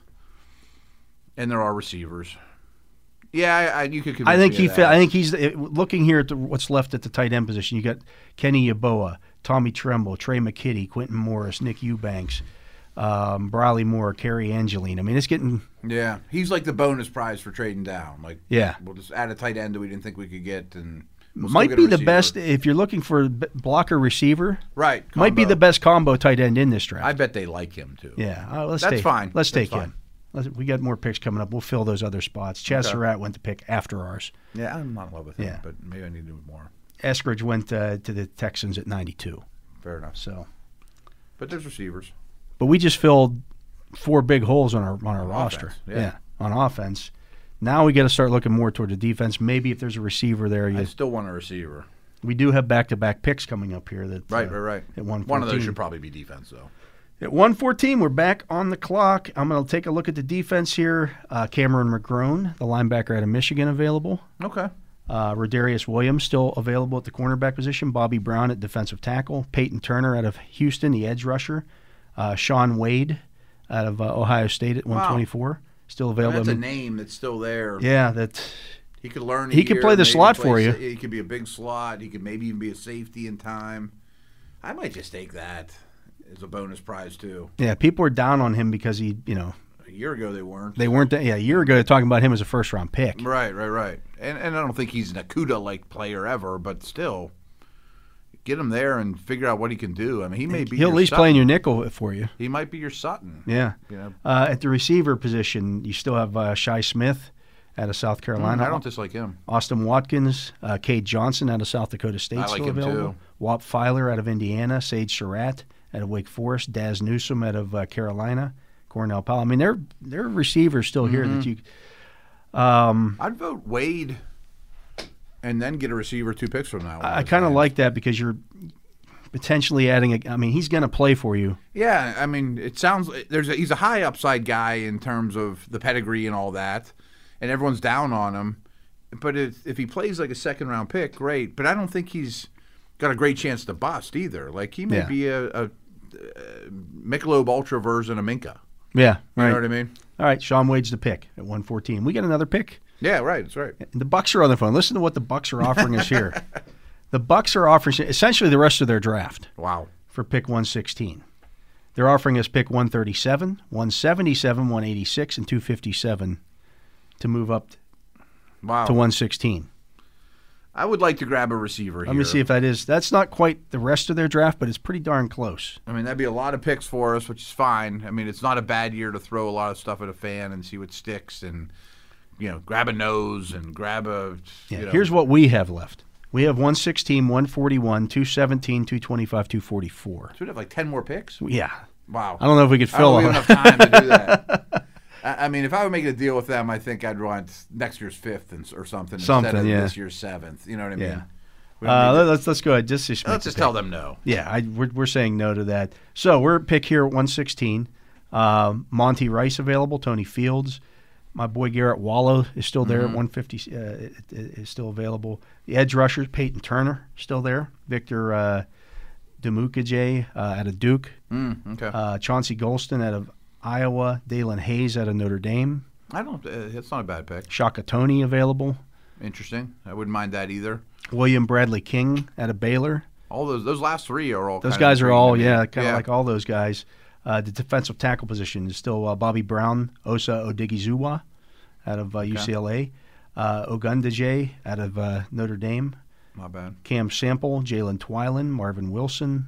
[SPEAKER 2] And there are receivers. Yeah, I, I, you could convince
[SPEAKER 1] I think
[SPEAKER 2] me
[SPEAKER 1] he.
[SPEAKER 2] of
[SPEAKER 1] Fit,
[SPEAKER 2] that.
[SPEAKER 1] I think he's it, looking here at the, what's left at the tight end position. You got Kenny Yaboa, Tommy Tremble, Trey McKitty, Quentin Morris, Nick Eubanks, um, Briley Moore, Kerry Angeline. I mean, it's getting
[SPEAKER 2] Yeah, he's like the bonus prize for trading down. Like,
[SPEAKER 1] Yeah.
[SPEAKER 2] we'll just add a tight end that we didn't think we could get, and we'll still
[SPEAKER 1] might
[SPEAKER 2] get a
[SPEAKER 1] be the
[SPEAKER 2] receiver.
[SPEAKER 1] best if you're looking for a b- blocker receiver.
[SPEAKER 2] Right,
[SPEAKER 1] Might be
[SPEAKER 2] combo.
[SPEAKER 1] the best combo tight end in this draft.
[SPEAKER 2] I bet they like him too.
[SPEAKER 1] yeah, uh, let's
[SPEAKER 2] That's
[SPEAKER 1] take,
[SPEAKER 2] fine.
[SPEAKER 1] Let's
[SPEAKER 2] That's
[SPEAKER 1] take him. Let's, we got more picks coming up. We'll fill those other spots. Chaz Surratt went to pick after ours.
[SPEAKER 2] yeah, I'm not in love with him,
[SPEAKER 1] Yeah.
[SPEAKER 2] but maybe I need to do more.
[SPEAKER 1] Eskridge went uh, to the Texans at 92.
[SPEAKER 2] Fair enough.
[SPEAKER 1] So,
[SPEAKER 2] But there's receivers.
[SPEAKER 1] but we just filled four big holes on our on our roster.
[SPEAKER 2] offense,
[SPEAKER 1] yeah.
[SPEAKER 2] yeah.
[SPEAKER 1] on offense. Now we got to start looking more toward the defense. Maybe if there's a receiver there,
[SPEAKER 2] I
[SPEAKER 1] you,
[SPEAKER 2] still want a receiver.
[SPEAKER 1] we do have back-to-back picks coming up here. That
[SPEAKER 2] Right,
[SPEAKER 1] uh,
[SPEAKER 2] right, right.
[SPEAKER 1] At one
[SPEAKER 2] One of those should probably be defense though.
[SPEAKER 1] At 114, we're back on the clock. I'm going to take a look at the defense here. Uh, Cameron McGrone, the linebacker out of Michigan, available.
[SPEAKER 2] Okay.
[SPEAKER 1] Uh, Rodarius Williams, still available at the cornerback position. Bobby Brown at defensive tackle. Peyton Turner out of Houston, the edge rusher. Uh, Sean Wade out of uh, Ohio State at 124, still
[SPEAKER 2] And
[SPEAKER 1] available.
[SPEAKER 2] that's
[SPEAKER 1] I
[SPEAKER 2] a
[SPEAKER 1] mean,
[SPEAKER 2] name that's still there.
[SPEAKER 1] yeah, that
[SPEAKER 2] He could learn. a
[SPEAKER 1] He could
[SPEAKER 2] year,
[SPEAKER 1] play the
[SPEAKER 2] maybe
[SPEAKER 1] slot for you.
[SPEAKER 2] sa- He could be a big slot. He could maybe even be a safety in time. I might just take that as a bonus prize too.
[SPEAKER 1] yeah, people are down on him because he, you know,
[SPEAKER 2] A year ago they weren't.
[SPEAKER 1] they weren't that, yeah, a year ago they're talking about him as a first round pick.
[SPEAKER 2] Right, right, right. And and I don't think he's an Akuda like player ever, but still, get him there and figure out what he can do. I mean, he may be
[SPEAKER 1] He'll at
[SPEAKER 2] your
[SPEAKER 1] least
[SPEAKER 2] Sutton.
[SPEAKER 1] play in your nickel for you.
[SPEAKER 2] He might be your Sutton.
[SPEAKER 1] Yeah.
[SPEAKER 2] You know,
[SPEAKER 1] Uh, at the receiver position, you still have uh, Shai Smith out of South Carolina.
[SPEAKER 2] Mm, I don't dislike him.
[SPEAKER 1] Austin Watkins, uh, Cade Johnson out of South Dakota State
[SPEAKER 2] I like
[SPEAKER 1] still
[SPEAKER 2] him,
[SPEAKER 1] available.
[SPEAKER 2] too.
[SPEAKER 1] Wap Filer out of Indiana. Sage Surratt out of Wake Forest. Daz Newsome out of uh, Carolina. Cornell Powell. I mean, there there are receivers still here that
[SPEAKER 2] Mm-hmm.
[SPEAKER 1] you.
[SPEAKER 2] I'd vote Wade, and then get a receiver two picks from that one.
[SPEAKER 1] I kind of like that because you're potentially adding. A, I mean, he's going to play for you.
[SPEAKER 2] Yeah, I mean, it sounds there's a, he's a high upside guy in terms of the pedigree and all that, and everyone's down on him. but if, if he plays like a second round pick, great. But I don't think he's got a great chance to bust either. Like he may
[SPEAKER 1] Yeah.
[SPEAKER 2] be a, a, uh Michelob Ultra version of Minka.
[SPEAKER 1] Yeah,
[SPEAKER 2] You
[SPEAKER 1] right.
[SPEAKER 2] know what I mean?
[SPEAKER 1] All right, Sean Wade's the pick at 114. We get another pick.
[SPEAKER 2] Yeah, right. That's right.
[SPEAKER 1] The Bucks are on the phone. Listen to what the Bucks are offering us here. The Bucks are offering essentially the rest of their draft
[SPEAKER 2] Wow.
[SPEAKER 1] for pick 116. They're offering us pick 137, 177, 186, and 257 to move up
[SPEAKER 2] Wow.
[SPEAKER 1] to 116.
[SPEAKER 2] I would like to grab a receiver
[SPEAKER 1] Let
[SPEAKER 2] here.
[SPEAKER 1] me see if that is. That's not quite the rest of their draft, but it's pretty darn close.
[SPEAKER 2] I mean, that'd be a lot of picks for us, which is fine. I mean, it's not a bad year to throw a lot of stuff at a fan and see what sticks and, you know, grab a nose and grab a.
[SPEAKER 1] Yeah.
[SPEAKER 2] you know,
[SPEAKER 1] Here's what we have left. We have 116, 141, 217, 225, 244.
[SPEAKER 2] So we'd have like 10 more picks?
[SPEAKER 1] Yeah.
[SPEAKER 2] Wow.
[SPEAKER 1] I don't know if we could
[SPEAKER 2] I don't
[SPEAKER 1] fill
[SPEAKER 2] know if
[SPEAKER 1] them.
[SPEAKER 2] we have enough time to do that. I I mean, if I would make a deal with them, I think I'd want next year's fifth and, or something,
[SPEAKER 1] Something,
[SPEAKER 2] instead of
[SPEAKER 1] yeah.
[SPEAKER 2] this year's seventh. You know what I mean?
[SPEAKER 1] Yeah.
[SPEAKER 2] We don't
[SPEAKER 1] Uh,
[SPEAKER 2] need
[SPEAKER 1] let- let's let's go ahead. Just
[SPEAKER 2] to- let's just tell them no.
[SPEAKER 1] Yeah, I, we're, we're saying no to that. So we're at pick here at 116. Um, Monty Rice available. Tony Fields. My boy Garrett Wallow is still there at 150. Uh, it- it- is still available. The edge rushers Peyton Turner still there. Victor uh, Demukaj uh, out of Duke.
[SPEAKER 2] Mm, okay.
[SPEAKER 1] Uh, Chauncey Golston out of Iowa. Dalen Hayes out of Notre Dame.
[SPEAKER 2] I don't. Uh, it's not a bad pick.
[SPEAKER 1] Shaka Tony available.
[SPEAKER 2] Interesting. I wouldn't mind that either.
[SPEAKER 1] William Bradley King out of Baylor.
[SPEAKER 2] All those those last three are all.
[SPEAKER 1] Those
[SPEAKER 2] kinda
[SPEAKER 1] guys are
[SPEAKER 2] intriguing
[SPEAKER 1] all,
[SPEAKER 2] to me.
[SPEAKER 1] yeah, kind of like all those guys. Uh, the defensive tackle position is still uh, Bobby Brown, Osa Odigizuwa out of uh, UCLA, uh, Ogundaje out of uh, Notre Dame,
[SPEAKER 2] My bad.
[SPEAKER 1] Cam Sample, Jalen Twylan, Marvin Wilson,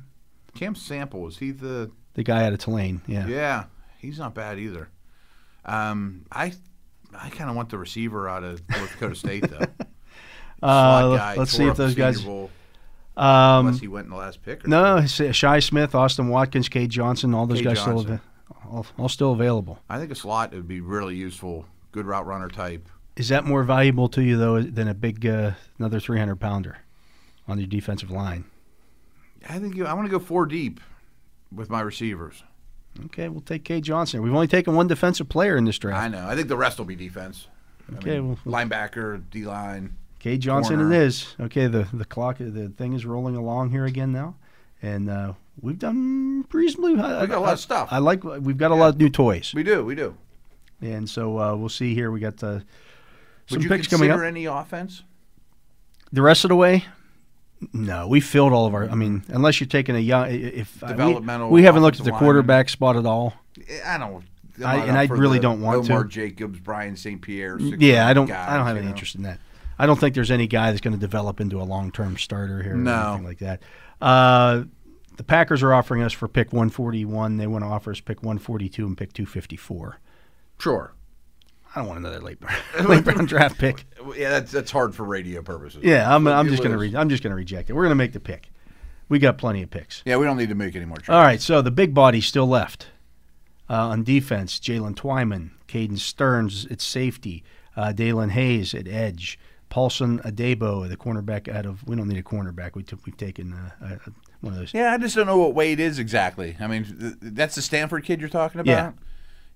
[SPEAKER 2] Cam Sample is he the?
[SPEAKER 1] the guy out of Tulane. Yeah.
[SPEAKER 2] Yeah, he's not bad either. Um, I I kind of want the receiver out of North Dakota State though.
[SPEAKER 1] Uh,
[SPEAKER 2] Slot
[SPEAKER 1] let-
[SPEAKER 2] guy,
[SPEAKER 1] let's see
[SPEAKER 2] tore
[SPEAKER 1] if
[SPEAKER 2] up the
[SPEAKER 1] those
[SPEAKER 2] Senior
[SPEAKER 1] guys-
[SPEAKER 2] Bowl,
[SPEAKER 1] Um,
[SPEAKER 2] unless he went in the last pick. Or
[SPEAKER 1] no, Shy Smith, Austin Watkins, Cade Johnson, all those
[SPEAKER 2] Cade
[SPEAKER 1] guys still
[SPEAKER 2] Johnson.
[SPEAKER 1] av- all, all still available.
[SPEAKER 2] I think a slot would be really useful. Good route runner type.
[SPEAKER 1] Is that more valuable to you though than a big uh, another 300 pounder on your defensive line?
[SPEAKER 2] I think you, I want to go four deep with my receivers.
[SPEAKER 1] Okay, we'll take Kay Johnson. We've only taken one defensive player in this
[SPEAKER 2] I
[SPEAKER 1] draft.
[SPEAKER 2] know. I think the rest will be defense. I
[SPEAKER 1] Okay,
[SPEAKER 2] mean,
[SPEAKER 1] well-
[SPEAKER 2] linebacker, D line.
[SPEAKER 1] Kay Johnson
[SPEAKER 2] Warner.
[SPEAKER 1] it is. Okay, the, the clock, the thing is rolling along here again now. And uh, we've done reasonably. We
[SPEAKER 2] got a lot of stuff.
[SPEAKER 1] I, like. We've got a lot of new toys,
[SPEAKER 2] We do. We do.
[SPEAKER 1] and so uh, we'll see here. We got uh, some
[SPEAKER 2] Would you
[SPEAKER 1] picks
[SPEAKER 2] consider
[SPEAKER 1] coming up.
[SPEAKER 2] any offense?
[SPEAKER 1] The rest of the way, no, we filled all of our. I mean, unless you're taking a young, i- i- if uh, we-
[SPEAKER 2] Developmental
[SPEAKER 1] we, haven't looked at the
[SPEAKER 2] offensive lineman.
[SPEAKER 1] quarterback spot at all.
[SPEAKER 2] I don't. I'm
[SPEAKER 1] I-
[SPEAKER 2] not
[SPEAKER 1] and
[SPEAKER 2] up
[SPEAKER 1] I
[SPEAKER 2] for
[SPEAKER 1] really
[SPEAKER 2] the
[SPEAKER 1] don't want to.
[SPEAKER 2] Omar Jacobs, Brian St. Pierre.
[SPEAKER 1] Yeah, I don't. I
[SPEAKER 2] guys,
[SPEAKER 1] don't have
[SPEAKER 2] you
[SPEAKER 1] any
[SPEAKER 2] know?
[SPEAKER 1] interest in that. I don't think there's any guy that's going to develop into a long-term starter here, or
[SPEAKER 2] No.
[SPEAKER 1] anything like that. Uh, the Packers are offering us for pick 141. They want to offer us pick 142 and pick 254.
[SPEAKER 2] Sure.
[SPEAKER 1] I don't want another late, late round draft pick.
[SPEAKER 2] Yeah, that's that's hard for radio purposes.
[SPEAKER 1] Yeah, I'm,
[SPEAKER 2] So
[SPEAKER 1] I'm
[SPEAKER 2] you
[SPEAKER 1] just going to
[SPEAKER 2] lose.
[SPEAKER 1] re- I'm just going to reject it. We're going to make the pick. We got plenty of picks.
[SPEAKER 2] Yeah, we don't need to make any more. Trades.
[SPEAKER 1] All right, so the big body's still left uh, on defense. Jalen Twyman, Caden Stearns at safety, uh, Dalen Hayes at edge, Paulson Adebo, the cornerback out of. We don't need a cornerback. We took, we've taken uh, uh, one of those.
[SPEAKER 2] Yeah, I just don't know what Wade is exactly. I mean, th- that's the Stanford kid you're talking about.
[SPEAKER 1] Yeah.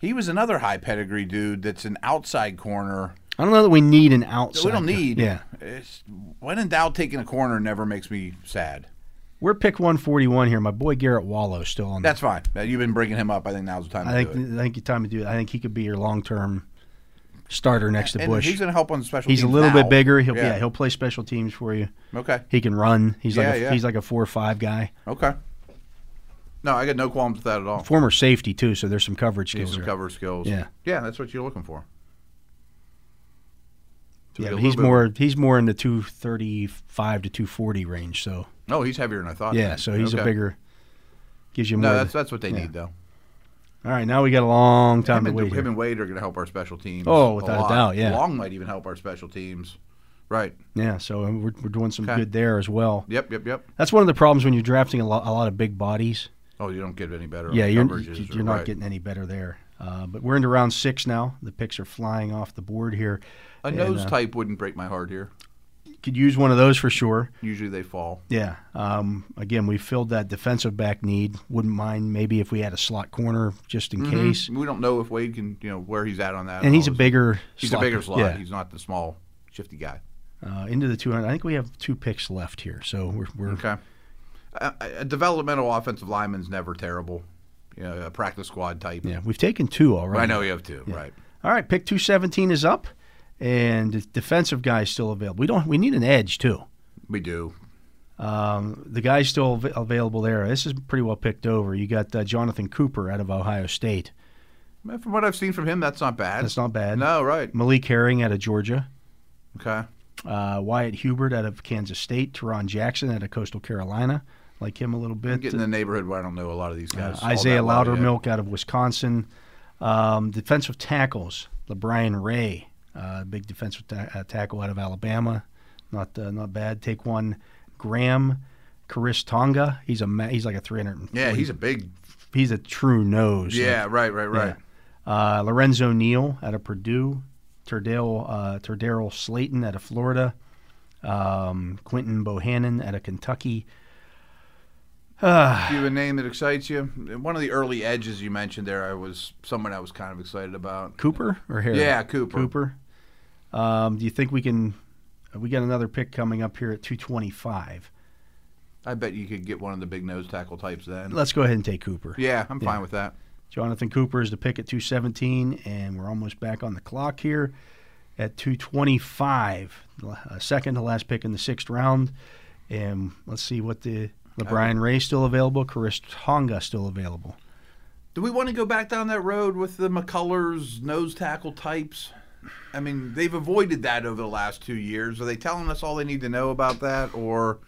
[SPEAKER 2] He was another high pedigree dude. That's an outside corner.
[SPEAKER 1] I don't know that we need an outside.
[SPEAKER 2] we don't need.
[SPEAKER 1] Yeah,
[SPEAKER 2] It's, when in doubt, taking a corner never makes me sad.
[SPEAKER 1] we're pick 141 here. My boy Garrett Wallow still on.
[SPEAKER 2] That's fine. Uh, You've been bringing him up. I think now's the time
[SPEAKER 1] I
[SPEAKER 2] to
[SPEAKER 1] think
[SPEAKER 2] do it.
[SPEAKER 1] I think it's time to do that. I think he could be your long term starter next to
[SPEAKER 2] And
[SPEAKER 1] Bush.
[SPEAKER 2] he's going to help on special.
[SPEAKER 1] He's a
[SPEAKER 2] teams
[SPEAKER 1] little
[SPEAKER 2] now.
[SPEAKER 1] bit bigger. He'll yeah.
[SPEAKER 2] Yeah.
[SPEAKER 1] he'll play special teams for you.
[SPEAKER 2] Okay.
[SPEAKER 1] He can run. He's like
[SPEAKER 2] Yeah,
[SPEAKER 1] a,
[SPEAKER 2] yeah.
[SPEAKER 1] he's like a four or five guy.
[SPEAKER 2] Okay. No, I got no qualms with that at all.
[SPEAKER 1] former safety too, so there's some coverage
[SPEAKER 2] He's
[SPEAKER 1] skills.
[SPEAKER 2] some
[SPEAKER 1] there.
[SPEAKER 2] cover skills.
[SPEAKER 1] Yeah.
[SPEAKER 2] Yeah, that's what you're looking for. So we
[SPEAKER 1] yeah,
[SPEAKER 2] got
[SPEAKER 1] but
[SPEAKER 2] a
[SPEAKER 1] he's
[SPEAKER 2] little bit-
[SPEAKER 1] more he's more in the 235 to 240 range. So
[SPEAKER 2] No, Oh, he's heavier than I thought.
[SPEAKER 1] yeah, so he's a
[SPEAKER 2] Okay.
[SPEAKER 1] bigger gives you more.
[SPEAKER 2] No,
[SPEAKER 1] of
[SPEAKER 2] that's
[SPEAKER 1] the-
[SPEAKER 2] that's what they
[SPEAKER 1] yeah.
[SPEAKER 2] need though.
[SPEAKER 1] all right, now we got a long time
[SPEAKER 2] Him
[SPEAKER 1] to
[SPEAKER 2] and,
[SPEAKER 1] wait.
[SPEAKER 2] him
[SPEAKER 1] here.
[SPEAKER 2] and Wade are going to help our special teams.
[SPEAKER 1] Oh, without a
[SPEAKER 2] lot.
[SPEAKER 1] doubt, yeah.
[SPEAKER 2] Long might even help our special teams. Right.
[SPEAKER 1] Yeah, so we're, we're doing some
[SPEAKER 2] Okay.
[SPEAKER 1] good there as well.
[SPEAKER 2] Yep. Yep. Yep.
[SPEAKER 1] That's one of the problems when you're drafting a lot, a lot of big bodies.
[SPEAKER 2] Oh, you don't get any better.
[SPEAKER 1] yeah,
[SPEAKER 2] on
[SPEAKER 1] you're
[SPEAKER 2] coverages
[SPEAKER 1] you're
[SPEAKER 2] or-
[SPEAKER 1] not
[SPEAKER 2] right.
[SPEAKER 1] getting any better there. Uh, but we're into round six now. The picks are flying off the board here.
[SPEAKER 2] a
[SPEAKER 1] and,
[SPEAKER 2] nose
[SPEAKER 1] uh,
[SPEAKER 2] type wouldn't break my heart here.
[SPEAKER 1] Could use one of those for sure.
[SPEAKER 2] Usually they fall.
[SPEAKER 1] Yeah. Um, again, we filled that defensive back need. Wouldn't mind maybe if we had a slot corner just
[SPEAKER 2] Mm-hmm.
[SPEAKER 1] in case.
[SPEAKER 2] We don't know if Wade can, you know, where he's at on that.
[SPEAKER 1] And he's a
[SPEAKER 2] all.
[SPEAKER 1] bigger.
[SPEAKER 2] He's
[SPEAKER 1] slot
[SPEAKER 2] a bigger
[SPEAKER 1] cor-
[SPEAKER 2] slot.
[SPEAKER 1] Yeah.
[SPEAKER 2] He's not the small shifty guy.
[SPEAKER 1] uh, into the 200. I think we have two picks left here, so we're, we're
[SPEAKER 2] Okay. A, a- a developmental offensive lineman's never terrible. You know, a practice squad type.
[SPEAKER 1] yeah, we've taken two already.
[SPEAKER 2] I know you have two, right?
[SPEAKER 1] All right, pick 217 is up, and the defensive guy is still available. We don't. We need an edge too.
[SPEAKER 2] We do.
[SPEAKER 1] Um, the guy's still av- available there. This is pretty well picked over. You got uh, Jonathan Cooper out of Ohio State.
[SPEAKER 2] Man, From what I've seen from him, that's not bad.
[SPEAKER 1] That's not bad.
[SPEAKER 2] No, right.
[SPEAKER 1] Malik Herring out of Georgia.
[SPEAKER 2] Okay.
[SPEAKER 1] Uh, Wyatt Hubert out of Kansas State. Teron Jackson out of Coastal Carolina. Like him a little bit. Uh,
[SPEAKER 2] I'm getting in the neighborhood where I don't know a lot of these guys. all
[SPEAKER 1] Isaiah
[SPEAKER 2] that well yet.
[SPEAKER 1] Loudermilk out of Wisconsin. Um, defensive tackles, LeBrian Ray, uh, big defensive ta- uh, tackle out of Alabama. Not uh, not bad. Take one, Graham, Karis Tonga. He's a ma- he's like a 300.
[SPEAKER 2] Yeah, he's a big.
[SPEAKER 1] he's a true nose.
[SPEAKER 2] Yeah, right, right, right.
[SPEAKER 1] Uh, Lorenzo Neal out of Purdue, Turdale uh, Turdale Slayton out of Florida, um, Quentin Bohannon out of Kentucky.
[SPEAKER 2] you have a name that excites you? One of the early edges you mentioned there, I was someone I was kind of excited about.
[SPEAKER 1] Cooper or Harry?
[SPEAKER 2] Yeah, Cooper.
[SPEAKER 1] Cooper. Um, do you think we can? We got another pick coming up here at 225.
[SPEAKER 2] I bet you could get one of the big nose tackle types then.
[SPEAKER 1] Let's go ahead and take Cooper.
[SPEAKER 2] Yeah, I'm fine with that.
[SPEAKER 1] Jonathan Cooper is the pick at 217, and we're almost back on the clock here at 225. Uh, second to last pick in the sixth round. And let's see what the LeBron Ray still available, Chris Tonga still available.
[SPEAKER 2] Do we want to go back down that road with the McCullers nose tackle types? I mean, they've avoided that over the last two years. Are they telling us all they need to know about that, or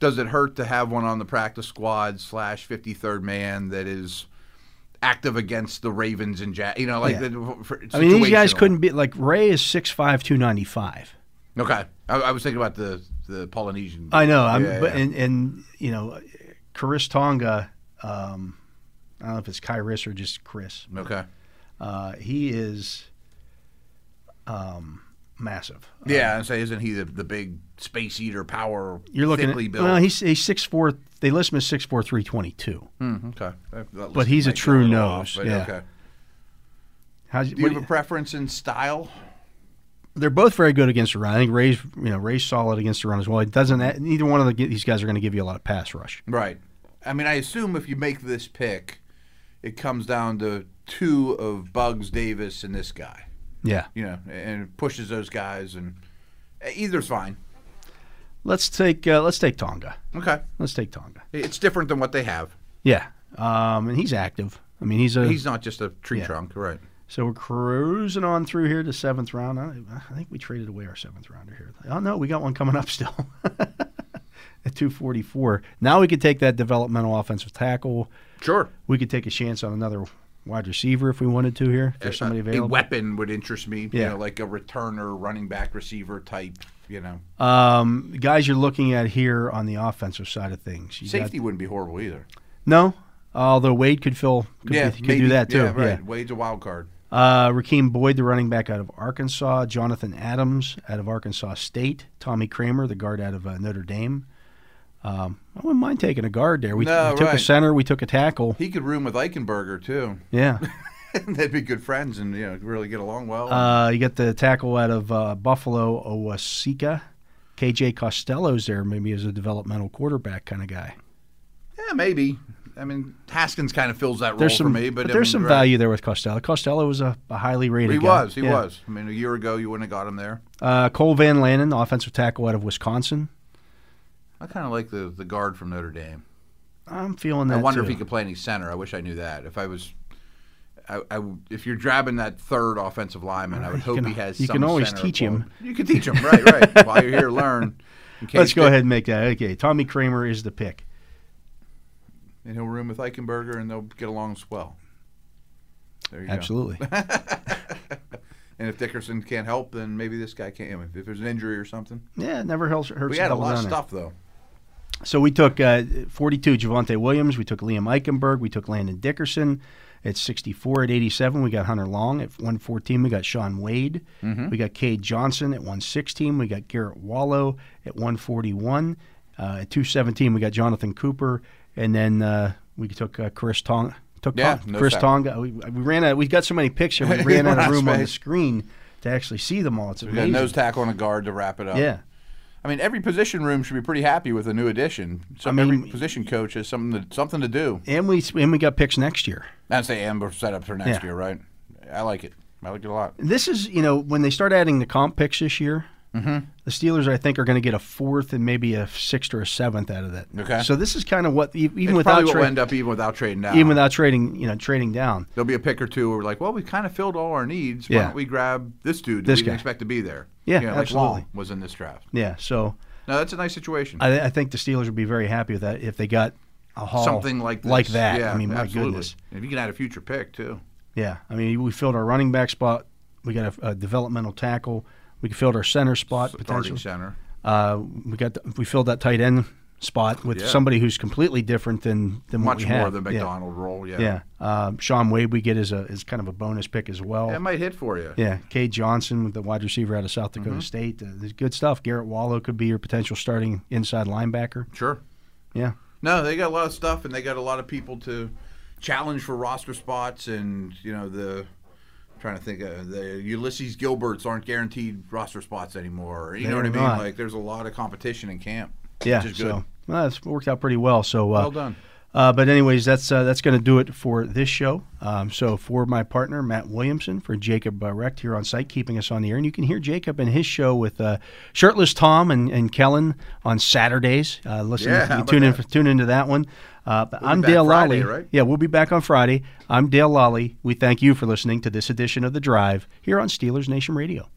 [SPEAKER 2] does it hurt to have one on the practice squad slash fifty third man that is active against the Ravens and Jack? You know, like
[SPEAKER 1] Yeah.
[SPEAKER 2] the, for,
[SPEAKER 1] I mean, these guys
[SPEAKER 2] situational.
[SPEAKER 1] couldn't be like Ray is 6'5, 295.
[SPEAKER 2] Okay, I, I was thinking about the the Polynesian.
[SPEAKER 1] I know. I'm,
[SPEAKER 2] Yeah,
[SPEAKER 1] but
[SPEAKER 2] yeah.
[SPEAKER 1] And, and you know, Chris Tonga. Um, I don't know if it's Kairis or just Chris.
[SPEAKER 2] okay.
[SPEAKER 1] Uh, he is um, massive.
[SPEAKER 2] Yeah, and say, isn't he the, the big space eater power?
[SPEAKER 1] You're looking
[SPEAKER 2] thickly
[SPEAKER 1] at
[SPEAKER 2] built.
[SPEAKER 1] well, he's he's six four. They list him as six four three twenty two.
[SPEAKER 2] Hmm, okay, That- that
[SPEAKER 1] But
[SPEAKER 2] list
[SPEAKER 1] he's a
[SPEAKER 2] might be
[SPEAKER 1] true
[SPEAKER 2] little
[SPEAKER 1] nose, yeah. How's
[SPEAKER 2] Do you have a preference in style?
[SPEAKER 1] they're both very good against the run. I think Ray's you know Ray's solid against the run as well. It doesn't neither one of the, these guys are going to give you a lot of pass rush.
[SPEAKER 2] Right. I mean, I assume if you make this pick, it comes down to two of Bugs Davis and this guy.
[SPEAKER 1] Yeah.
[SPEAKER 2] You know, and it pushes those guys, and eh, either's fine.
[SPEAKER 1] Let's take uh, let's take Tonga.
[SPEAKER 2] Okay,
[SPEAKER 1] Let's take Tonga.
[SPEAKER 2] it's different than what they have.
[SPEAKER 1] Yeah. Um, and he's active. I mean, he's a
[SPEAKER 2] He's not just a tree
[SPEAKER 1] Yeah.
[SPEAKER 2] trunk, right?
[SPEAKER 1] So we're cruising on through here to seventh round. I, I think we traded away our seventh rounder here. Oh no, we got one coming up still at two forty four. Now we could take that developmental offensive tackle.
[SPEAKER 2] Sure.
[SPEAKER 1] We could take a chance on another wide receiver if we wanted to here. If there's somebody
[SPEAKER 2] A- Uh, a,
[SPEAKER 1] available.
[SPEAKER 2] weapon would interest me.
[SPEAKER 1] Yeah.
[SPEAKER 2] You know, like a returner, running back, receiver type. You know,
[SPEAKER 1] Um, the guys you're looking at here on the offensive side of things. You got-
[SPEAKER 2] safety wouldn't be horrible either.
[SPEAKER 1] no, although Wade could fill could, be- could
[SPEAKER 2] maybe.
[SPEAKER 1] do that too.
[SPEAKER 2] Yeah, right. Wade's a wild card.
[SPEAKER 1] Uh, Raheem Boyd, the running back out of Arkansas. Jonathan Adams out of Arkansas State. Tommy Kramer, the guard out of uh, Notre Dame. Um, I wouldn't mind taking a guard there. We,
[SPEAKER 2] No,
[SPEAKER 1] we took a
[SPEAKER 2] right.
[SPEAKER 1] center, we took a tackle.
[SPEAKER 2] He could room with Eichenberger too.
[SPEAKER 1] Yeah.
[SPEAKER 2] They'd be good friends and you know really get along well.
[SPEAKER 1] Uh, you got the tackle out of uh, Buffalo, Owasika. KJ Costello's there, maybe as a developmental quarterback kind of guy.
[SPEAKER 2] yeah, maybe. I mean, Haskins kind of fills that role
[SPEAKER 1] There's
[SPEAKER 2] for
[SPEAKER 1] some,
[SPEAKER 2] me, but,
[SPEAKER 1] but
[SPEAKER 2] I
[SPEAKER 1] there's
[SPEAKER 2] mean,
[SPEAKER 1] some
[SPEAKER 2] right.
[SPEAKER 1] value there with Costello. Costello was a, a highly rated.
[SPEAKER 2] He
[SPEAKER 1] guy.
[SPEAKER 2] was, he
[SPEAKER 1] Yeah.
[SPEAKER 2] was. I mean, a year ago you wouldn't have got him there.
[SPEAKER 1] Uh, Cole Van Lannen, offensive tackle out of Wisconsin.
[SPEAKER 2] I kind of like the the guard from Notre Dame.
[SPEAKER 1] I'm feeling that.
[SPEAKER 2] I wonder
[SPEAKER 1] too.
[SPEAKER 2] if he could play any center. I wish I knew that. If I was, I, I w- if you're grabbing that third offensive lineman, I would hope
[SPEAKER 1] can-
[SPEAKER 2] he has.
[SPEAKER 1] you
[SPEAKER 2] some
[SPEAKER 1] can always
[SPEAKER 2] center
[SPEAKER 1] teach
[SPEAKER 2] quality.
[SPEAKER 1] him.
[SPEAKER 2] You can teach him, right? Right. While you're here, learn. In case
[SPEAKER 1] Let's go
[SPEAKER 2] that-
[SPEAKER 1] ahead and make that. Okay, Tommy Kramer is the pick.
[SPEAKER 2] And he'll room with Eichenberger, and they'll get along as well. There you go.
[SPEAKER 1] Absolutely.
[SPEAKER 2] And if Dickerson can't help, then maybe this guy can't. I mean, If there's an injury or something,
[SPEAKER 1] yeah, it never hurts. hurts
[SPEAKER 2] we
[SPEAKER 1] to
[SPEAKER 2] had a
[SPEAKER 1] double
[SPEAKER 2] lot of
[SPEAKER 1] down there.
[SPEAKER 2] stuff though.
[SPEAKER 1] So we took uh, 42 Javante Williams. We took Liam Eichenberg. We took Landon Dickerson at 64. At 87, we got Hunter Long. At 114, we got Sean Wade.
[SPEAKER 2] Mm-hmm.
[SPEAKER 1] We got Cade Johnson at 116. We got Garrett Wallow at 141. Uh, at 217, we got Jonathan Cooper. And then uh, we took uh, Chris Tonga. Took
[SPEAKER 2] Yeah,
[SPEAKER 1] Tong-
[SPEAKER 2] no
[SPEAKER 1] Chris
[SPEAKER 2] sack.
[SPEAKER 1] Tonga. We, we ran out. We got so many pictures. We ran out of
[SPEAKER 2] Last
[SPEAKER 1] room on the
[SPEAKER 2] page.
[SPEAKER 1] screen to actually see them all. It's
[SPEAKER 2] We got a
[SPEAKER 1] amazing.
[SPEAKER 2] nose tackle and a guard to wrap it up.
[SPEAKER 1] yeah.
[SPEAKER 2] I mean, every position room should be pretty happy with a new addition. So
[SPEAKER 1] I mean-
[SPEAKER 2] every position coach has something to, something to do.
[SPEAKER 1] And we and we got picks next year.
[SPEAKER 2] I'd say Amber set up for next
[SPEAKER 1] Yeah.
[SPEAKER 2] year, right? I like it. I like it a lot.
[SPEAKER 1] This is you know when they start adding the comp picks this year,
[SPEAKER 2] Mm-hmm.
[SPEAKER 1] the Steelers I think are going to get a fourth and maybe a sixth or a seventh out of that.
[SPEAKER 2] Okay.
[SPEAKER 1] So this is kind of what e- even
[SPEAKER 2] It's
[SPEAKER 1] without
[SPEAKER 2] probably what
[SPEAKER 1] tra-
[SPEAKER 2] we'll end up even without trading down.
[SPEAKER 1] even without trading you know trading down.
[SPEAKER 2] There'll be a pick or two where we're like, well, we kind of filled all our needs. Why
[SPEAKER 1] Yeah.
[SPEAKER 2] don't we grab this dude that
[SPEAKER 1] This
[SPEAKER 2] we didn't
[SPEAKER 1] guy.
[SPEAKER 2] expect to be there?
[SPEAKER 1] Yeah,
[SPEAKER 2] you know,
[SPEAKER 1] absolutely.
[SPEAKER 2] Like Long was in this draft.
[SPEAKER 1] Yeah. So
[SPEAKER 2] No, that's a nice situation.
[SPEAKER 1] I, I think the Steelers would be very happy with that if they got a haul
[SPEAKER 2] Something like this.
[SPEAKER 1] like that.
[SPEAKER 2] Yeah,
[SPEAKER 1] I mean, my
[SPEAKER 2] absolutely.
[SPEAKER 1] goodness.
[SPEAKER 2] If you can add a future pick too.
[SPEAKER 1] Yeah, I mean, we filled our running back spot. We got a, a developmental tackle. We filled our center spot
[SPEAKER 2] Starting
[SPEAKER 1] potentially.
[SPEAKER 2] center.
[SPEAKER 1] Uh, we got we filled that tight end spot with
[SPEAKER 2] Yeah.
[SPEAKER 1] somebody who's completely different than than what
[SPEAKER 2] Much
[SPEAKER 1] we
[SPEAKER 2] more
[SPEAKER 1] had.
[SPEAKER 2] than
[SPEAKER 1] Yeah.
[SPEAKER 2] McDonald role. Yeah.
[SPEAKER 1] Yeah, Uh, Sean Wade we get as a is kind of a bonus pick as well.
[SPEAKER 2] That might hit for you.
[SPEAKER 1] Yeah, Cade Johnson with the wide receiver out of South Dakota
[SPEAKER 2] Mm-hmm.
[SPEAKER 1] State. Uh, there's good stuff. Garrett Wallow could be your potential starting inside linebacker.
[SPEAKER 2] Sure.
[SPEAKER 1] Yeah,
[SPEAKER 2] No, they got a lot of stuff, and they got a lot of people to challenge for roster spots, and you know the. I'm trying to think of the Ulysses Gilberts aren't guaranteed roster spots anymore. You know what I
[SPEAKER 1] They're
[SPEAKER 2] mean?
[SPEAKER 1] not.
[SPEAKER 2] Like there's a lot of competition in camp.
[SPEAKER 1] yeah.
[SPEAKER 2] which is good.
[SPEAKER 1] So well, it's worked out pretty well. So uh,
[SPEAKER 2] well done.
[SPEAKER 1] Uh, but anyways, that's uh, that's going to do it for this show. Um, so for my partner Matt Williamson, for Jacob uh, Recht here on site, keeping us on the air, and you can hear Jacob and his show with uh, Shirtless Tom and, and Kellen on Saturdays. Uh, listen, you
[SPEAKER 2] Yeah, how
[SPEAKER 1] can
[SPEAKER 2] about
[SPEAKER 1] tune in
[SPEAKER 2] that?
[SPEAKER 1] tune into that one. Uh, but I'm
[SPEAKER 2] back
[SPEAKER 1] Dale
[SPEAKER 2] Friday,
[SPEAKER 1] Lally.
[SPEAKER 2] right?
[SPEAKER 1] Yeah, we'll be back on Friday. I'm Dale Lally. We thank you for listening to this edition of the Drive here on Steelers Nation Radio.